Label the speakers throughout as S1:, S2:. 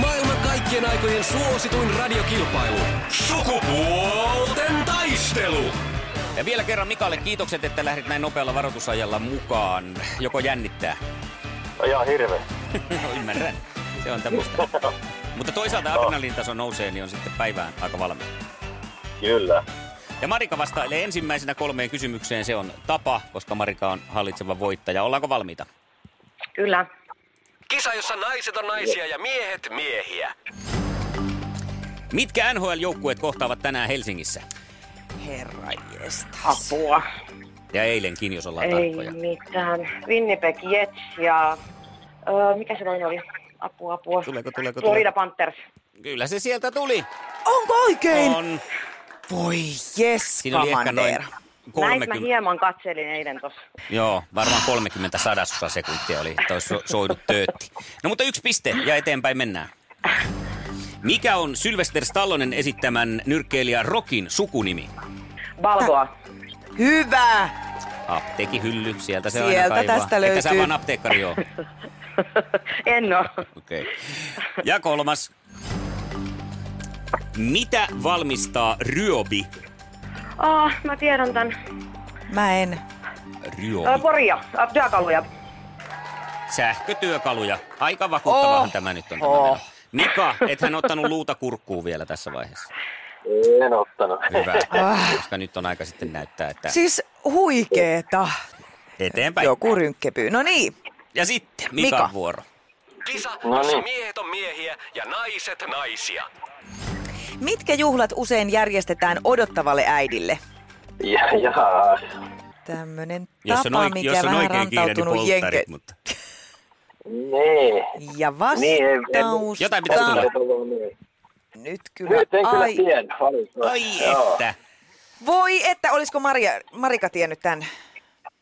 S1: Maailman kaikkien aikojen suosituin radiokilpailu. Sukupuolten taistelu.
S2: Ja vielä kerran Mikalle kiitokset, että lähdit näin nopealla varoitusajalla mukaan. Joko jännittää?
S3: No ihan hirveä.
S2: No, ymmärrän. Se on tämmöistä. Mutta toisaalta
S4: No.
S2: adrenaliintaso nousee, niin on sitten päivään aika valmis.
S3: Kyllä.
S2: Ja Marika vastailee ensimmäisenä kolmeen kysymykseen. Se on tapa, koska Marika on hallitseva voittaja. Ollaanko valmiita?
S4: Kyllä.
S1: Kisa, jossa naiset on naisia ja miehet miehiä.
S2: Mitkä NHL-joukkueet kohtaavat tänään Helsingissä?
S4: Herra Apua.
S2: Ja eilenkin, jos ollaan
S4: Ei
S2: tarkkoja.
S4: mitään. Winnipeg Jets ja... Öö, mikä se toinen oli? Apua, apua.
S2: Tuleeko, tuleeko,
S4: Florida
S2: tuleeko?
S4: Panthers.
S2: Kyllä se sieltä tuli.
S5: Onko oikein?
S2: On.
S5: Voi jes,
S2: Siinä oli ehkä noin
S5: Kamander.
S4: Näitä mä
S2: 30,
S4: hieman katselin eilen tossa.
S2: joo, varmaan 30 sadasosa sekuntia oli, että olisi so- soidut töötti. No mutta yksi piste ja eteenpäin mennään. Mikä on Sylvester Stallonen esittämän nyrkkeilijä Rokin sukunimi?
S4: Balboa.
S5: Hyvä!
S2: Apteekin hylly, sieltä se aina
S5: Sieltä
S2: kaivaa.
S5: tästä
S2: Että sä
S5: löytyy.
S2: vaan apteekkari joo.
S4: en oo.
S2: Okei. Ja kolmas. Mitä valmistaa ryobi?
S4: Ah, mä tiedän tän.
S5: Mä en.
S4: Ö,
S2: Ryobi.
S4: poria. Ö, Työkaluja.
S2: Sähkötyökaluja. Aika vakuuttavahan
S5: Oho.
S2: tämä nyt on. Tämä
S5: Oh.
S2: meno. Mika, et hän ottanut luuta kurkkuun vielä tässä vaiheessa.
S3: En ottanut.
S2: Hyvä.
S5: Ah.
S2: Koska nyt on aika sitten näyttää, että
S5: Siis huikeeta.
S2: eteenpäin.
S5: Joku rynkkepyy. No niin,
S2: Ja sitten Mikan
S5: Mika.
S2: vuoro.
S1: Kisa,
S3: No
S1: jossa
S3: niin.
S1: miehet on miehiä ja naiset naisia.
S5: mitkä juhlat usein järjestetään odottavalle äidille?
S3: Ja, jaa.
S5: Tämmönen
S2: Jos on,
S5: tapa,
S2: oike-
S5: mikä
S2: jos on
S5: vähän
S2: oikein kiire, niin
S5: rantautunut
S2: polttarit, mutta...
S3: Nee.
S5: Ja
S3: Niin, en-
S5: vastaus.
S2: Jotain pitäisi tulla.
S3: Nyt on vaan niin.
S5: Nyt kyllä.
S3: Nyt en kyllä
S5: Ai,
S3: tiedä. valitettavasti.
S2: Ai
S3: Joo.
S2: että.
S5: voi että, olisiko Maria, Marika tiennyt tämän?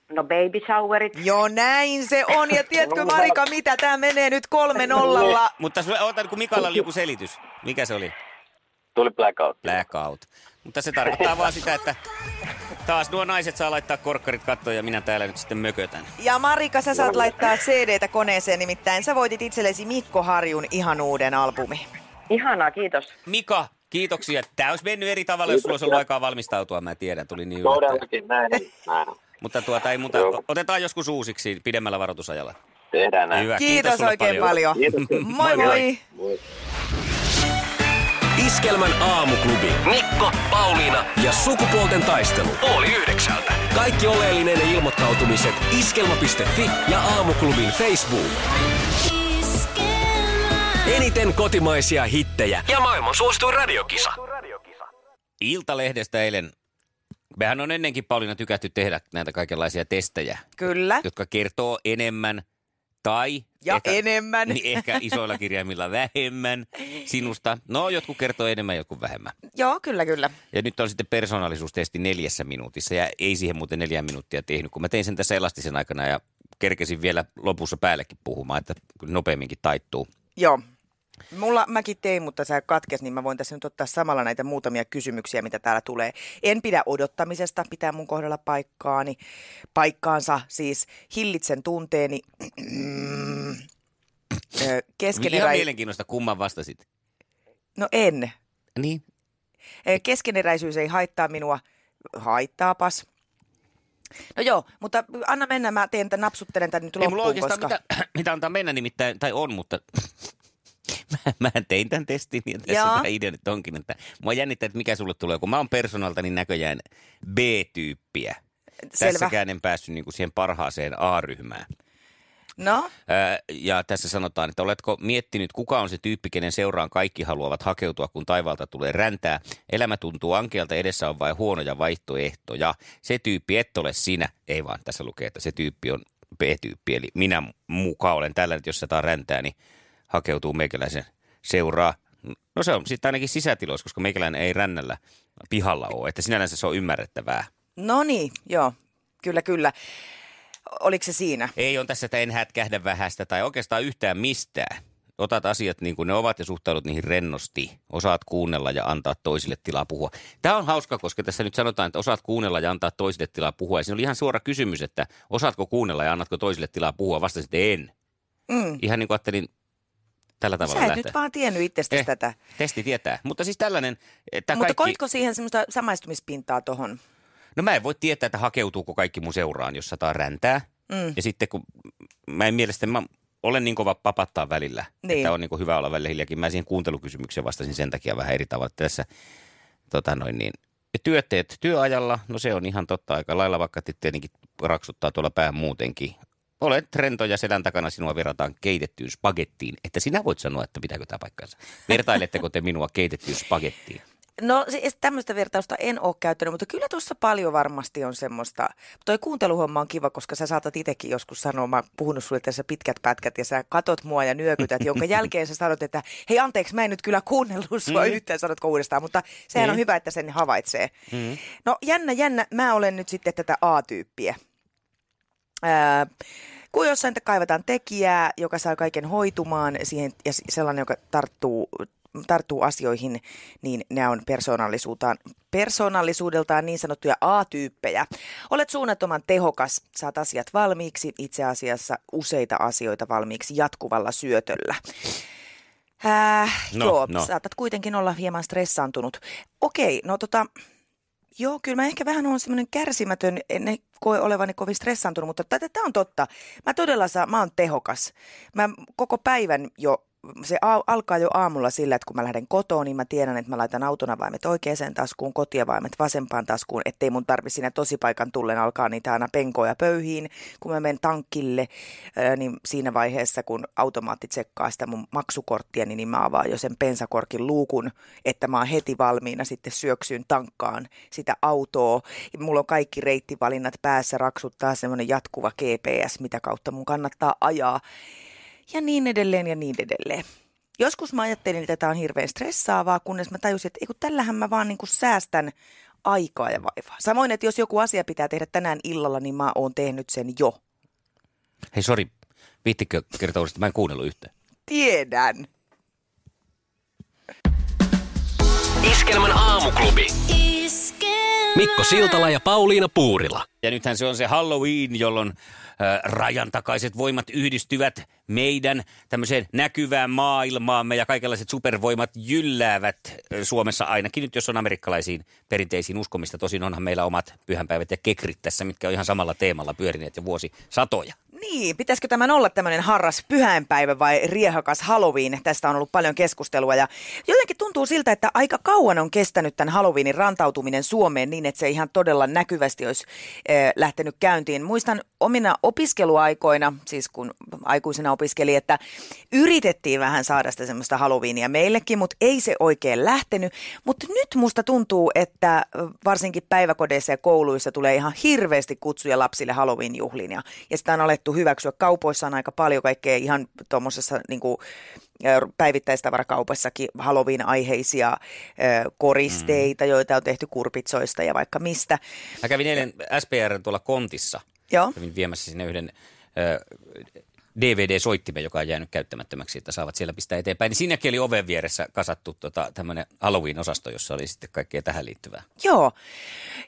S4: No baby showerit.
S5: Joo, näin se on. Ja tiedätkö Marika, mitä tämä menee nyt kolme nollalla?
S2: Mutta sulla- oota, kun Mikalla oli joku selitys. Mikä se oli?
S3: Tuli blackout.
S2: Blackout. Mutta se tarkoittaa vaan sitä, että taas nuo naiset saa laittaa korkkarit kattoon ja minä täällä nyt sitten mökötän.
S5: Ja Marika, sä saat laittaa CD-tä koneeseen, nimittäin sä voitit itsellesi Mikko Harjun ihan uuden albumi.
S4: Ihanaa, kiitos.
S2: Mika, kiitoksia. Tämä olisi mennyt eri tavalla, jos sulla olisi ollut aikaa valmistautua. Mä tiedän, tuli niin yllättäen.
S3: Todellakin näin. on, näin. on.
S2: Mutta tuota ei muuta.
S3: Joo.
S2: Otetaan joskus uusiksi pidemmällä varoitusajalla.
S3: Tehdään näin.
S2: Hyvä.
S5: Kiitos,
S2: sulle
S5: oikein paljon.
S3: Kiitos.
S5: Moi moi!
S3: Moi.
S1: Iskelmän aamuklubi. Mikko, Pauliina ja sukupuolten taistelu. Oli yhdeksältä. Kaikki oleellinen ilmoittautumiset iskelma.fi ja aamuklubin Facebook. Eniten kotimaisia hittejä ja maailman suosituin radiokisa.
S2: Iltalehdestä eilen. Mehän on ennenkin Pauliina tykätty tehdä näitä kaikenlaisia testejä,
S5: Kyllä.
S2: jotka kertoo enemmän tai
S5: Ja
S2: ehkä,
S5: enemmän.
S2: Niin ehkä isoilla kirjaimilla vähemmän sinusta. No, jotkut kertoo enemmän, jotkut vähemmän.
S5: Joo, kyllä, kyllä.
S2: Ja nyt on sitten persoonallisuustesti neljässä minuutissa ja ei siihen muuten neljä minuuttia tehnyt, kun mä tein sen tässä elastisen aikana ja kerkesin vielä lopussa päällekin puhumaan, että nopeamminkin taittuu.
S5: Joo. Mulla, mäkin tein, mutta sä katkes, niin mä voin tässä nyt ottaa samalla näitä muutamia kysymyksiä, mitä täällä tulee. En pidä odottamisesta, pitää mun kohdalla paikkaani, paikkaansa, siis hillitsen tunteeni. Ö,
S2: Ihan
S5: Keskenerä...
S2: mielenkiinnosta, kumman vastasit.
S5: No en.
S2: Niin.
S5: Ö, Keskeneräisyys ei haittaa minua. Haittaapas. No joo, mutta anna mennä, mä teen tämän, napsuttelen tämän nyt
S2: Ei
S5: loppuun,
S2: mulla oikeastaan
S5: koska...
S2: mitä, mitä antaa mennä nimittäin, tai on, mutta mä, mähän tein tämän testin ja tässä
S5: Joo.
S2: tämä idea nyt onkin, että mua jännittää, että mikä sulle tulee, kun mä oon persoonalta niin näköjään B-tyyppiä.
S5: Selvä.
S2: Tässäkään en päässyt niinku siihen parhaaseen A-ryhmään.
S5: No,
S2: Ää, Ja tässä sanotaan, että oletko miettinyt, kuka on se tyyppi, kenen seuraan kaikki haluavat hakeutua, kun taivaalta tulee räntää. Elämä tuntuu ankealta, edessä on vain huonoja vaihtoehtoja. Se tyyppi et ole sinä. Ei vaan, tässä lukee, että se tyyppi on B-tyyppi. Eli minä mukaan olen tällä, että jos sataa räntää, niin hakeutuu meikäläisen seuraa. No se on sitten ainakin sisätiloissa, koska meikäläinen ei rännällä pihalla ole, että sinällänsä se on ymmärrettävää.
S5: No niin, joo. Kyllä, kyllä. Oliko se siinä?
S2: Ei on tässä, että en hätkähdä vähästä tai oikeastaan yhtään mistään. Otat asiat niin kuin ne ovat ja suhtaudut niihin rennosti. Osaat kuunnella ja antaa toisille tilaa puhua. Tämä on hauska, koska tässä nyt sanotaan, että osaat kuunnella ja antaa toisille tilaa puhua. Ja siinä oli ihan suora kysymys, että osaatko kuunnella ja annatko toisille tilaa puhua. Vastasin, että en.
S5: Mm.
S2: Ihan niin kuin ajattelin tällä tavalla
S5: No Sä et
S2: lähteä.
S5: nyt vaan tiennyt itsestäsi
S2: Eh,
S5: tätä.
S2: Testi tietää. Mutta siis tällainen, että
S5: No,
S2: kaikki...
S5: Mutta koitko siihen semmoista samaistumispintaa tohon?
S2: No mä en voi tietää, että hakeutuuko kaikki mun seuraan, jos sataa räntää.
S5: Mm.
S2: Ja sitten kun mä en mielestäni, mä olen niin kova papattaa välillä,
S5: Niin.
S2: niin. että on niin kuin hyvä olla välillä hiljakin. Mä siihen kuuntelukysymykseen vastasin sen takia vähän eri tavalla. että Tässä tota noin niin, ja työt teet työajalla, no se on ihan totta aika lailla, vaikka te tietenkin raksuttaa tuolla pää muutenkin. Olet rento ja selän takana sinua verrataan keitettyyn spagettiin. Että sinä voit sanoa, että pitääkö tämä paikkansa. Vertailetteko te minua keitettyyn spagettiin?
S5: No siis tämmöistä vertausta en ole käyttänyt, mutta kyllä tuossa paljon varmasti on semmoista. Toi kuunteluhomma on kiva, koska sä saatat itsekin joskus sanoa, mä oon puhunut sulle tässä pitkät pätkät ja sä katot mua ja nyökytät, jonka jälkeen sä sanot, että hei anteeksi, mä en nyt kyllä kuunnellut sua mm. yhtään, sanotko uudestaan, mutta sehän mm. on hyvä, että sen havaitsee. Mm. No jännä, jännä, mä olen nyt sitten tätä A-tyyppiä. Ää, kun jossain te- kaivataan tekijää, joka saa kaiken hoitumaan siihen, ja s- sellainen, joka tarttuu, tarttuu asioihin, niin nämä on persoonallisuutaan, persoonallisuudeltaan niin sanottuja A-tyyppejä. Olet suunnattoman tehokas, saat asiat valmiiksi, itse asiassa useita asioita valmiiksi jatkuvalla syötöllä. Äh, no,
S2: No,
S5: joo, no.
S2: no.
S5: saatat kuitenkin olla hieman stressaantunut. Okei, no tota, Joo, kyllä mä ehkä vähän olen semmoinen kärsimätön, en koe olevani kovin stressaantunut, mutta tämä on totta. Mä todella saa, mä oon tehokas. Mä koko päivän jo, se a- alkaa jo aamulla sillä, että kun mä lähden kotoon, niin mä tiedän, että mä laitan autonavaimet oikeaan taskuun, kotiavaimet vasempaan taskuun, ettei mun tarvi siinä tosipaikan tullen alkaa niitä aina penkoja pöyhiin. Kun mä menen tankille, ää, niin siinä vaiheessa, kun automaatti tsekkaa sitä mun maksukorttia, niin mä avaan jo sen pensakorkin luukun, että mä oon heti valmiina sitten syöksyyn tankkaan sitä autoa. Ja Mulla on kaikki reittivalinnat päässä, raksuttaa semmoinen jatkuva GPS, mitä kautta mun kannattaa ajaa. Ja niin edelleen ja niin edelleen. Joskus mä ajattelin, että tämä on hirveän stressaavaa, kunnes mä tajusin, että ei kun tällähän mä vaan niin kuin säästän aikaa ja vaivaa. Samoin, että jos joku asia pitää tehdä tänään illalla, niin mä oon tehnyt sen jo.
S2: Hei, sori, viittikö kertoa uudestaan? Mä en kuunnellut yhtään.
S5: Tiedän.
S1: Iskelmän aamuklubi. Mikko Siltala ja Pauliina Puurila.
S2: Ja nythän se on se Halloween, jolloin äh, rajan takaiset voimat yhdistyvät meidän tämmöiseen näkyvään maailmaamme ja kaikenlaiset supervoimat jylläävät äh, Suomessa ainakin nyt, jos on amerikkalaisiin perinteisiin uskomista. Tosin onhan meillä omat pyhänpäivät ja kekrit tässä, mitkä on ihan samalla teemalla pyörineet jo vuosisatoja.
S5: Niin, pitäisikö tämän olla tämmöinen harras pyhäinpäivä vai riehakas Halloween? Tästä on ollut paljon keskustelua ja jotenkin tuntuu siltä, että aika kauan on kestänyt tämän Halloweenin rantautuminen Suomeen niin, että se ihan todella näkyvästi olisi eh, lähtenyt käyntiin. Muistan omina opiskeluaikoina, siis kun aikuisena opiskeli, että yritettiin vähän saada sitä semmoista Halloweenia meillekin, mutta ei se oikein lähtenyt. Mutta nyt musta tuntuu, että ö, varsinkin päiväkodeissa ja kouluissa tulee ihan hirveästi kutsuja lapsille Halloween-juhliin. Ja, ja sitä on alettu hyväksyä. Kaupoissa on aika paljon kaikkea ihan tuommoisessa niin päivittäistavarakaupoissakin Halloween-aiheisia ö, koristeita, joita on tehty kurpitsoista ja vaikka mistä.
S2: Mä kävin eilen SPR tuolla kontissa.
S5: Joo.
S2: Kävin viemässä sinne yhden äh, DVD-soittimen, joka on jäänyt käyttämättömäksi, että saavat siellä pistää eteenpäin. Niin siinäkin oli oven vieressä kasattu tota, tämmöinen Halloween-osasto, jossa oli sitten kaikkea tähän liittyvää.
S5: Joo.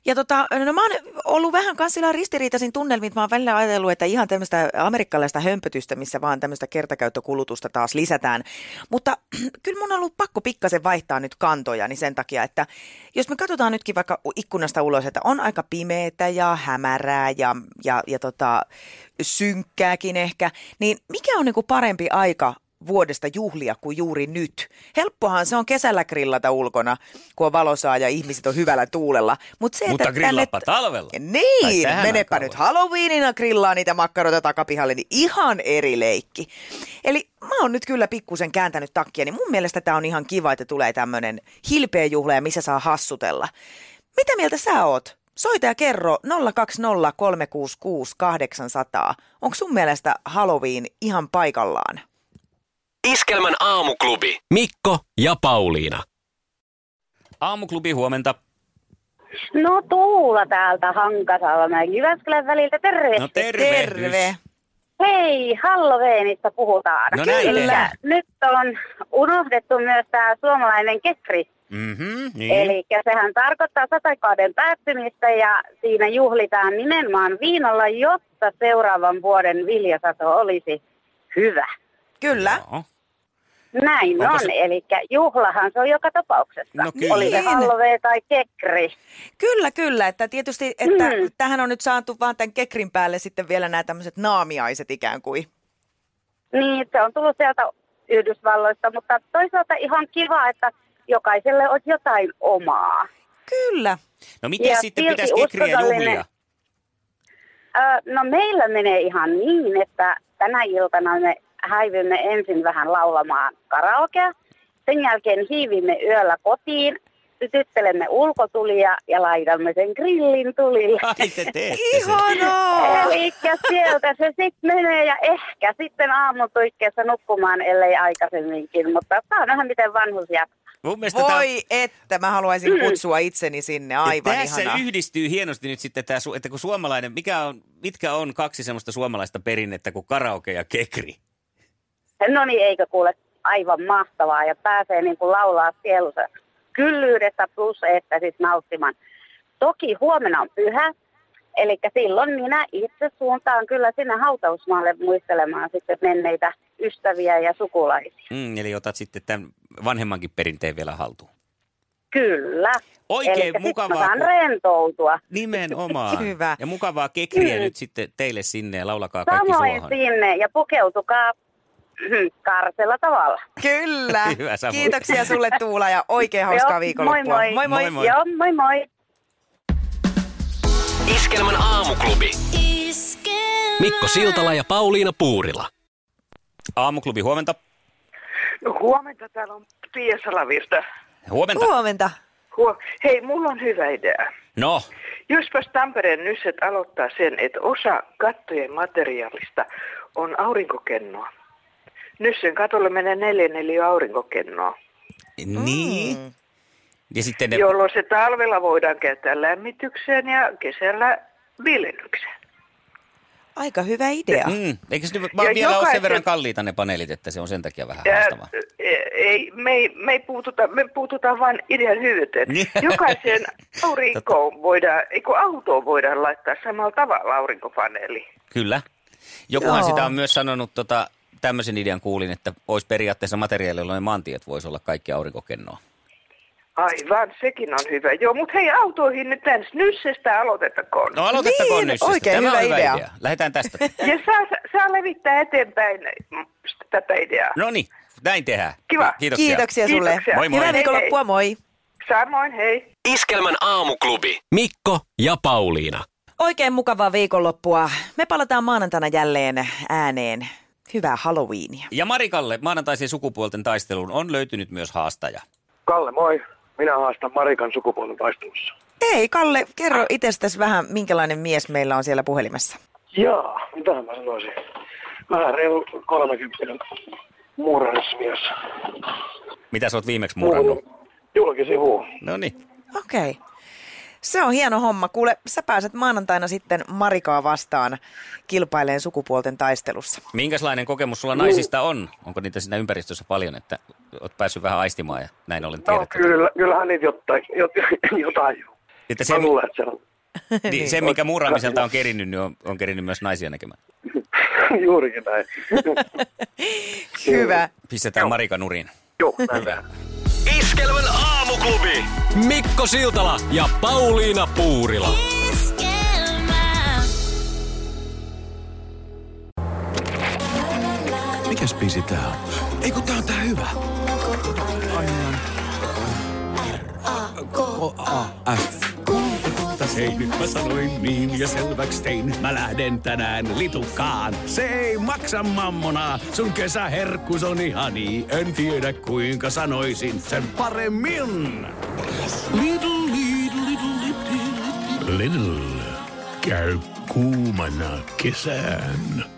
S5: Ja tota, no mä oon ollut vähän kans sillä ristiriitaisin tunnelmin. Mä oon välillä ajatellut, että ihan tämmöistä amerikkalaista hömpötystä, missä vaan tämmöistä kertakäyttökulutusta taas lisätään. Mutta kyllä mun on ollut pakko pikkasen vaihtaa nyt kantoja, niin sen takia, että jos me katsotaan nytkin vaikka u- ikkunasta ulos, että on aika pimeetä ja hämärää ja, ja, ja tota, synkkääkin ehkä, niin mikä on niinku parempi aika vuodesta juhlia kuin juuri nyt. Helppohan se on kesällä grillata ulkona, kun on valosaa ja ihmiset on hyvällä tuulella. Mut se,
S2: Mutta
S5: että
S2: grillaappa
S5: tänne...
S2: talvella. Tai
S5: Niin,
S2: tähän
S5: menepä
S2: aikaan
S5: nyt
S2: voi.
S5: Halloweenina grillaa niitä makkaroita takapihalle, niin ihan eri leikki. Eli mä oon nyt kyllä pikkusen kääntänyt takkia, niin mun mielestä tää on ihan kiva, että tulee tämmönen hilpeä juhla ja missä saa hassutella. Mitä mieltä sä oot? Soita ja kerro 020366800. Onko sun mielestä Halloween ihan paikallaan?
S6: Iskelmän aamuklubi.
S1: Mikko ja Pauliina.
S2: Aamuklubi huomenta.
S7: No Tuula täältä Hankasalmen Jyväskylän väliltä, terve.
S2: No tervehdys.
S5: Terve.
S7: Hei, Halloweenista puhutaan.
S2: No näin
S7: Kyllä.
S2: tehdään.
S7: Nyt on unohdettu myös tämä suomalainen kekri.
S2: Mm-hmm,
S7: Niin.
S2: niin.
S7: Eli sehän tarkoittaa satakauden päättymistä ja siinä juhlitaan nimenomaan viinalla, jotta seuraavan vuoden viljasato olisi hyvä.
S5: Kyllä.
S2: Joo.
S7: Näin
S2: Onko
S7: on,
S2: se-
S7: eli juhlahan se on joka tapauksessa.
S2: No kyllä.
S7: Oli se
S5: Niin.
S7: Halloween tai kekri.
S5: Kyllä, kyllä. Että tietysti, että
S7: Mm.
S5: tähän on nyt saatu vaan tämän kekrin päälle sitten vielä nämä tämmöiset naamiaiset ikään kuin.
S7: Niin, se on tullut sieltä Yhdysvalloista, mutta toisaalta ihan kiva, että jokaiselle on jotain omaa.
S5: Kyllä.
S2: No miten
S7: Ja
S2: sitten
S7: silti
S2: pitäisi kekriä
S7: uskonnollinen-
S2: juhlia?
S7: Ö, no meillä menee ihan niin, että tänä iltana me häivymme ensin vähän laulamaan karaokea. Sen jälkeen hiivimme yöllä kotiin, sytyttelemme ulkotulia ja laitamme sen grillin tulille.
S2: Ai te teette sen.
S5: Ihanaa!
S7: Eli sieltä se sitten menee ja ehkä sitten aamutuikkeessa nukkumaan, ellei aikaisemminkin. Mutta saa nähdä, miten vanhus jaksaa.
S2: Mun mielestä tää on-
S5: Voi että, mä haluaisin
S7: Mm.
S5: kutsua itseni sinne, aivan
S2: Ja tässä
S5: ihanaa.
S2: yhdistyy hienosti nyt sitten tämä, että kun suomalainen, mikä on, mitkä on kaksi semmoista suomalaista perinnettä kuin karaoke ja kekri?
S7: No niin, eikö kuule aivan mahtavaa ja pääsee niin kuin laulaa sielunsa kyllyydestä plus että sit nauttimaan. Toki huomenna on pyhä, eli silloin minä itse suuntaan kyllä sinne hautausmaalle muistelemaan sitten menneitä ystäviä ja sukulaisia.
S2: Mm, eli otat sitten tämän vanhemmankin perinteen vielä haltuun.
S7: Kyllä.
S2: Oikein
S7: Elikkä sit
S2: mukavaa,
S7: Mä saan
S2: kun-
S7: rentoutua.
S2: Nimenomaan.
S5: Hyvä.
S2: Ja mukavaa kekriä
S7: Mm.
S2: nyt sitten teille sinne ja laulakaa kaikki
S7: Samoin
S2: suohon.
S7: sinne ja pukeutukaa karsella tavalla.
S5: Kyllä.
S2: Hyvä, Samu.
S5: Kiitoksia sulle Tuula ja oikein hauskaa
S7: Joo,
S5: viikonloppua.
S7: Moi moi.
S5: moi. moi.
S2: Moi, moi.
S7: Joo, moi moi.
S6: Iskelmän aamuklubi.
S1: Mikko Siltala ja Pauliina Puurila.
S2: Aamuklubi, huomenta.
S8: No huomenta, täällä on Pia Salavirta.
S2: Huomenta.
S5: Huomenta.
S8: Huom- Hei, mulla on hyvä idea.
S2: No,
S8: Jospas Tampereen Nysset aloittaa sen, että osa kattojen materiaalista on aurinkokennoa. Nyssen katolle menee neljä neljä aurinkokennoa,
S2: niin.
S5: Mm.
S2: Ja sitten ne,
S8: ne... jolloin se talvella voidaan käyttää lämmitykseen ja kesällä viljelykseen.
S5: Aika hyvä idea.
S2: mm, eikö ne vaan
S8: Ja
S2: vielä ole sen
S8: jokaisen-
S2: verran kalliita ne paneelit, että se on sen takia vähän
S8: Ja,
S2: haastavaa?
S8: ei, me, ei, me, ei puututa, me puututaan vain idean hyvyyteen.
S2: Niin.
S8: Jokaiseen aurinkoon voidaan, eikö autoon voidaan laittaa samalla tavalla aurinkopaneeli.
S2: Kyllä. Jokuhan Joo.
S5: Joo.
S2: sitä on myös sanonut, tota, tämmöisen idean kuulin, että olisi periaatteessa materiaali, jolloin maantiet voisi olla kaikki aurinkokennoa.
S8: Aivan, sekin on hyvä. Joo, mutta hei autoihin nyt ensin nyssestä aloitettakoon.
S2: No aloitettakoon
S5: Niin,
S2: nyt siis.
S5: oikein
S2: Tämä
S5: hyvä
S2: on hyvä idea.
S5: idea.
S2: idea. Lähdetään tästä.
S8: Ja saa, saa levittää eteenpäin mm, tätä ideaa.
S2: No niin, näin tehdään.
S8: Kiva.
S2: Kiitoksia.
S5: Kiitoksia sulle.
S8: Kiitoksia.
S2: Moi, moi.
S5: Hyvää viikonloppua, moi.
S8: Samoin, hei.
S6: Iskelmän aamuklubi.
S1: Mikko ja Pauliina.
S5: Oikein mukavaa viikonloppua. Me palataan maanantaina jälleen ääneen. Hyvää Halloweenia.
S2: Ja Marikalle maanantaisen sukupuolten taisteluun on löytynyt myös haastaja.
S9: Kalle, moi. Minä haastan Marikan sukupuolen taistelussa.
S5: Hei Kalle, kerro itsestäsi vähän, minkälainen mies meillä on siellä puhelimessa.
S9: Jaa, mitähän mä sanoisin? Vähän reilu 30 muurarismies.
S2: Mitä sä oot viimeksi murannut?
S9: Mm. Julkisivu.
S2: No niin.
S5: Okei. Okay. Se on hieno homma. Kuule, sä pääset maanantaina sitten Marikaa vastaan kilpaileen sukupuolten taistelussa.
S2: Minkälainen kokemus sulla naisista on? Onko niitä siinä ympäristössä paljon, että oot päässyt vähän aistimaan ja näin ollen
S9: No
S2: tiedät? että-
S9: kyllä, kyllähän niitä jotain, jot, jotain on.
S2: että se,
S9: Mä luulen, että se on
S2: niin, se, mikä muuraamiselta on kerinnyt, niin on, on kerinnyt myös naisia näkemään.
S9: juurikin näin.
S5: Hyvä.
S2: Pistetään Marika nurin.
S9: Joo, näin.
S6: Iskelmän aamuklubi.
S1: Mikko Siltala ja Pauliina Puurila.
S6: Mikäs biisi tää on? Ei kun tää on tää hyvä.
S10: Hei, nyt mä sanoin niin ja selväks tein. Mä lähden tänään litukaan. Se ei maksa mammona. Sun kesäherkkus on ihani. En tiedä kuinka sanoisin sen paremmin. Little, little, little, little, little. Little. Käy kuumana kesään.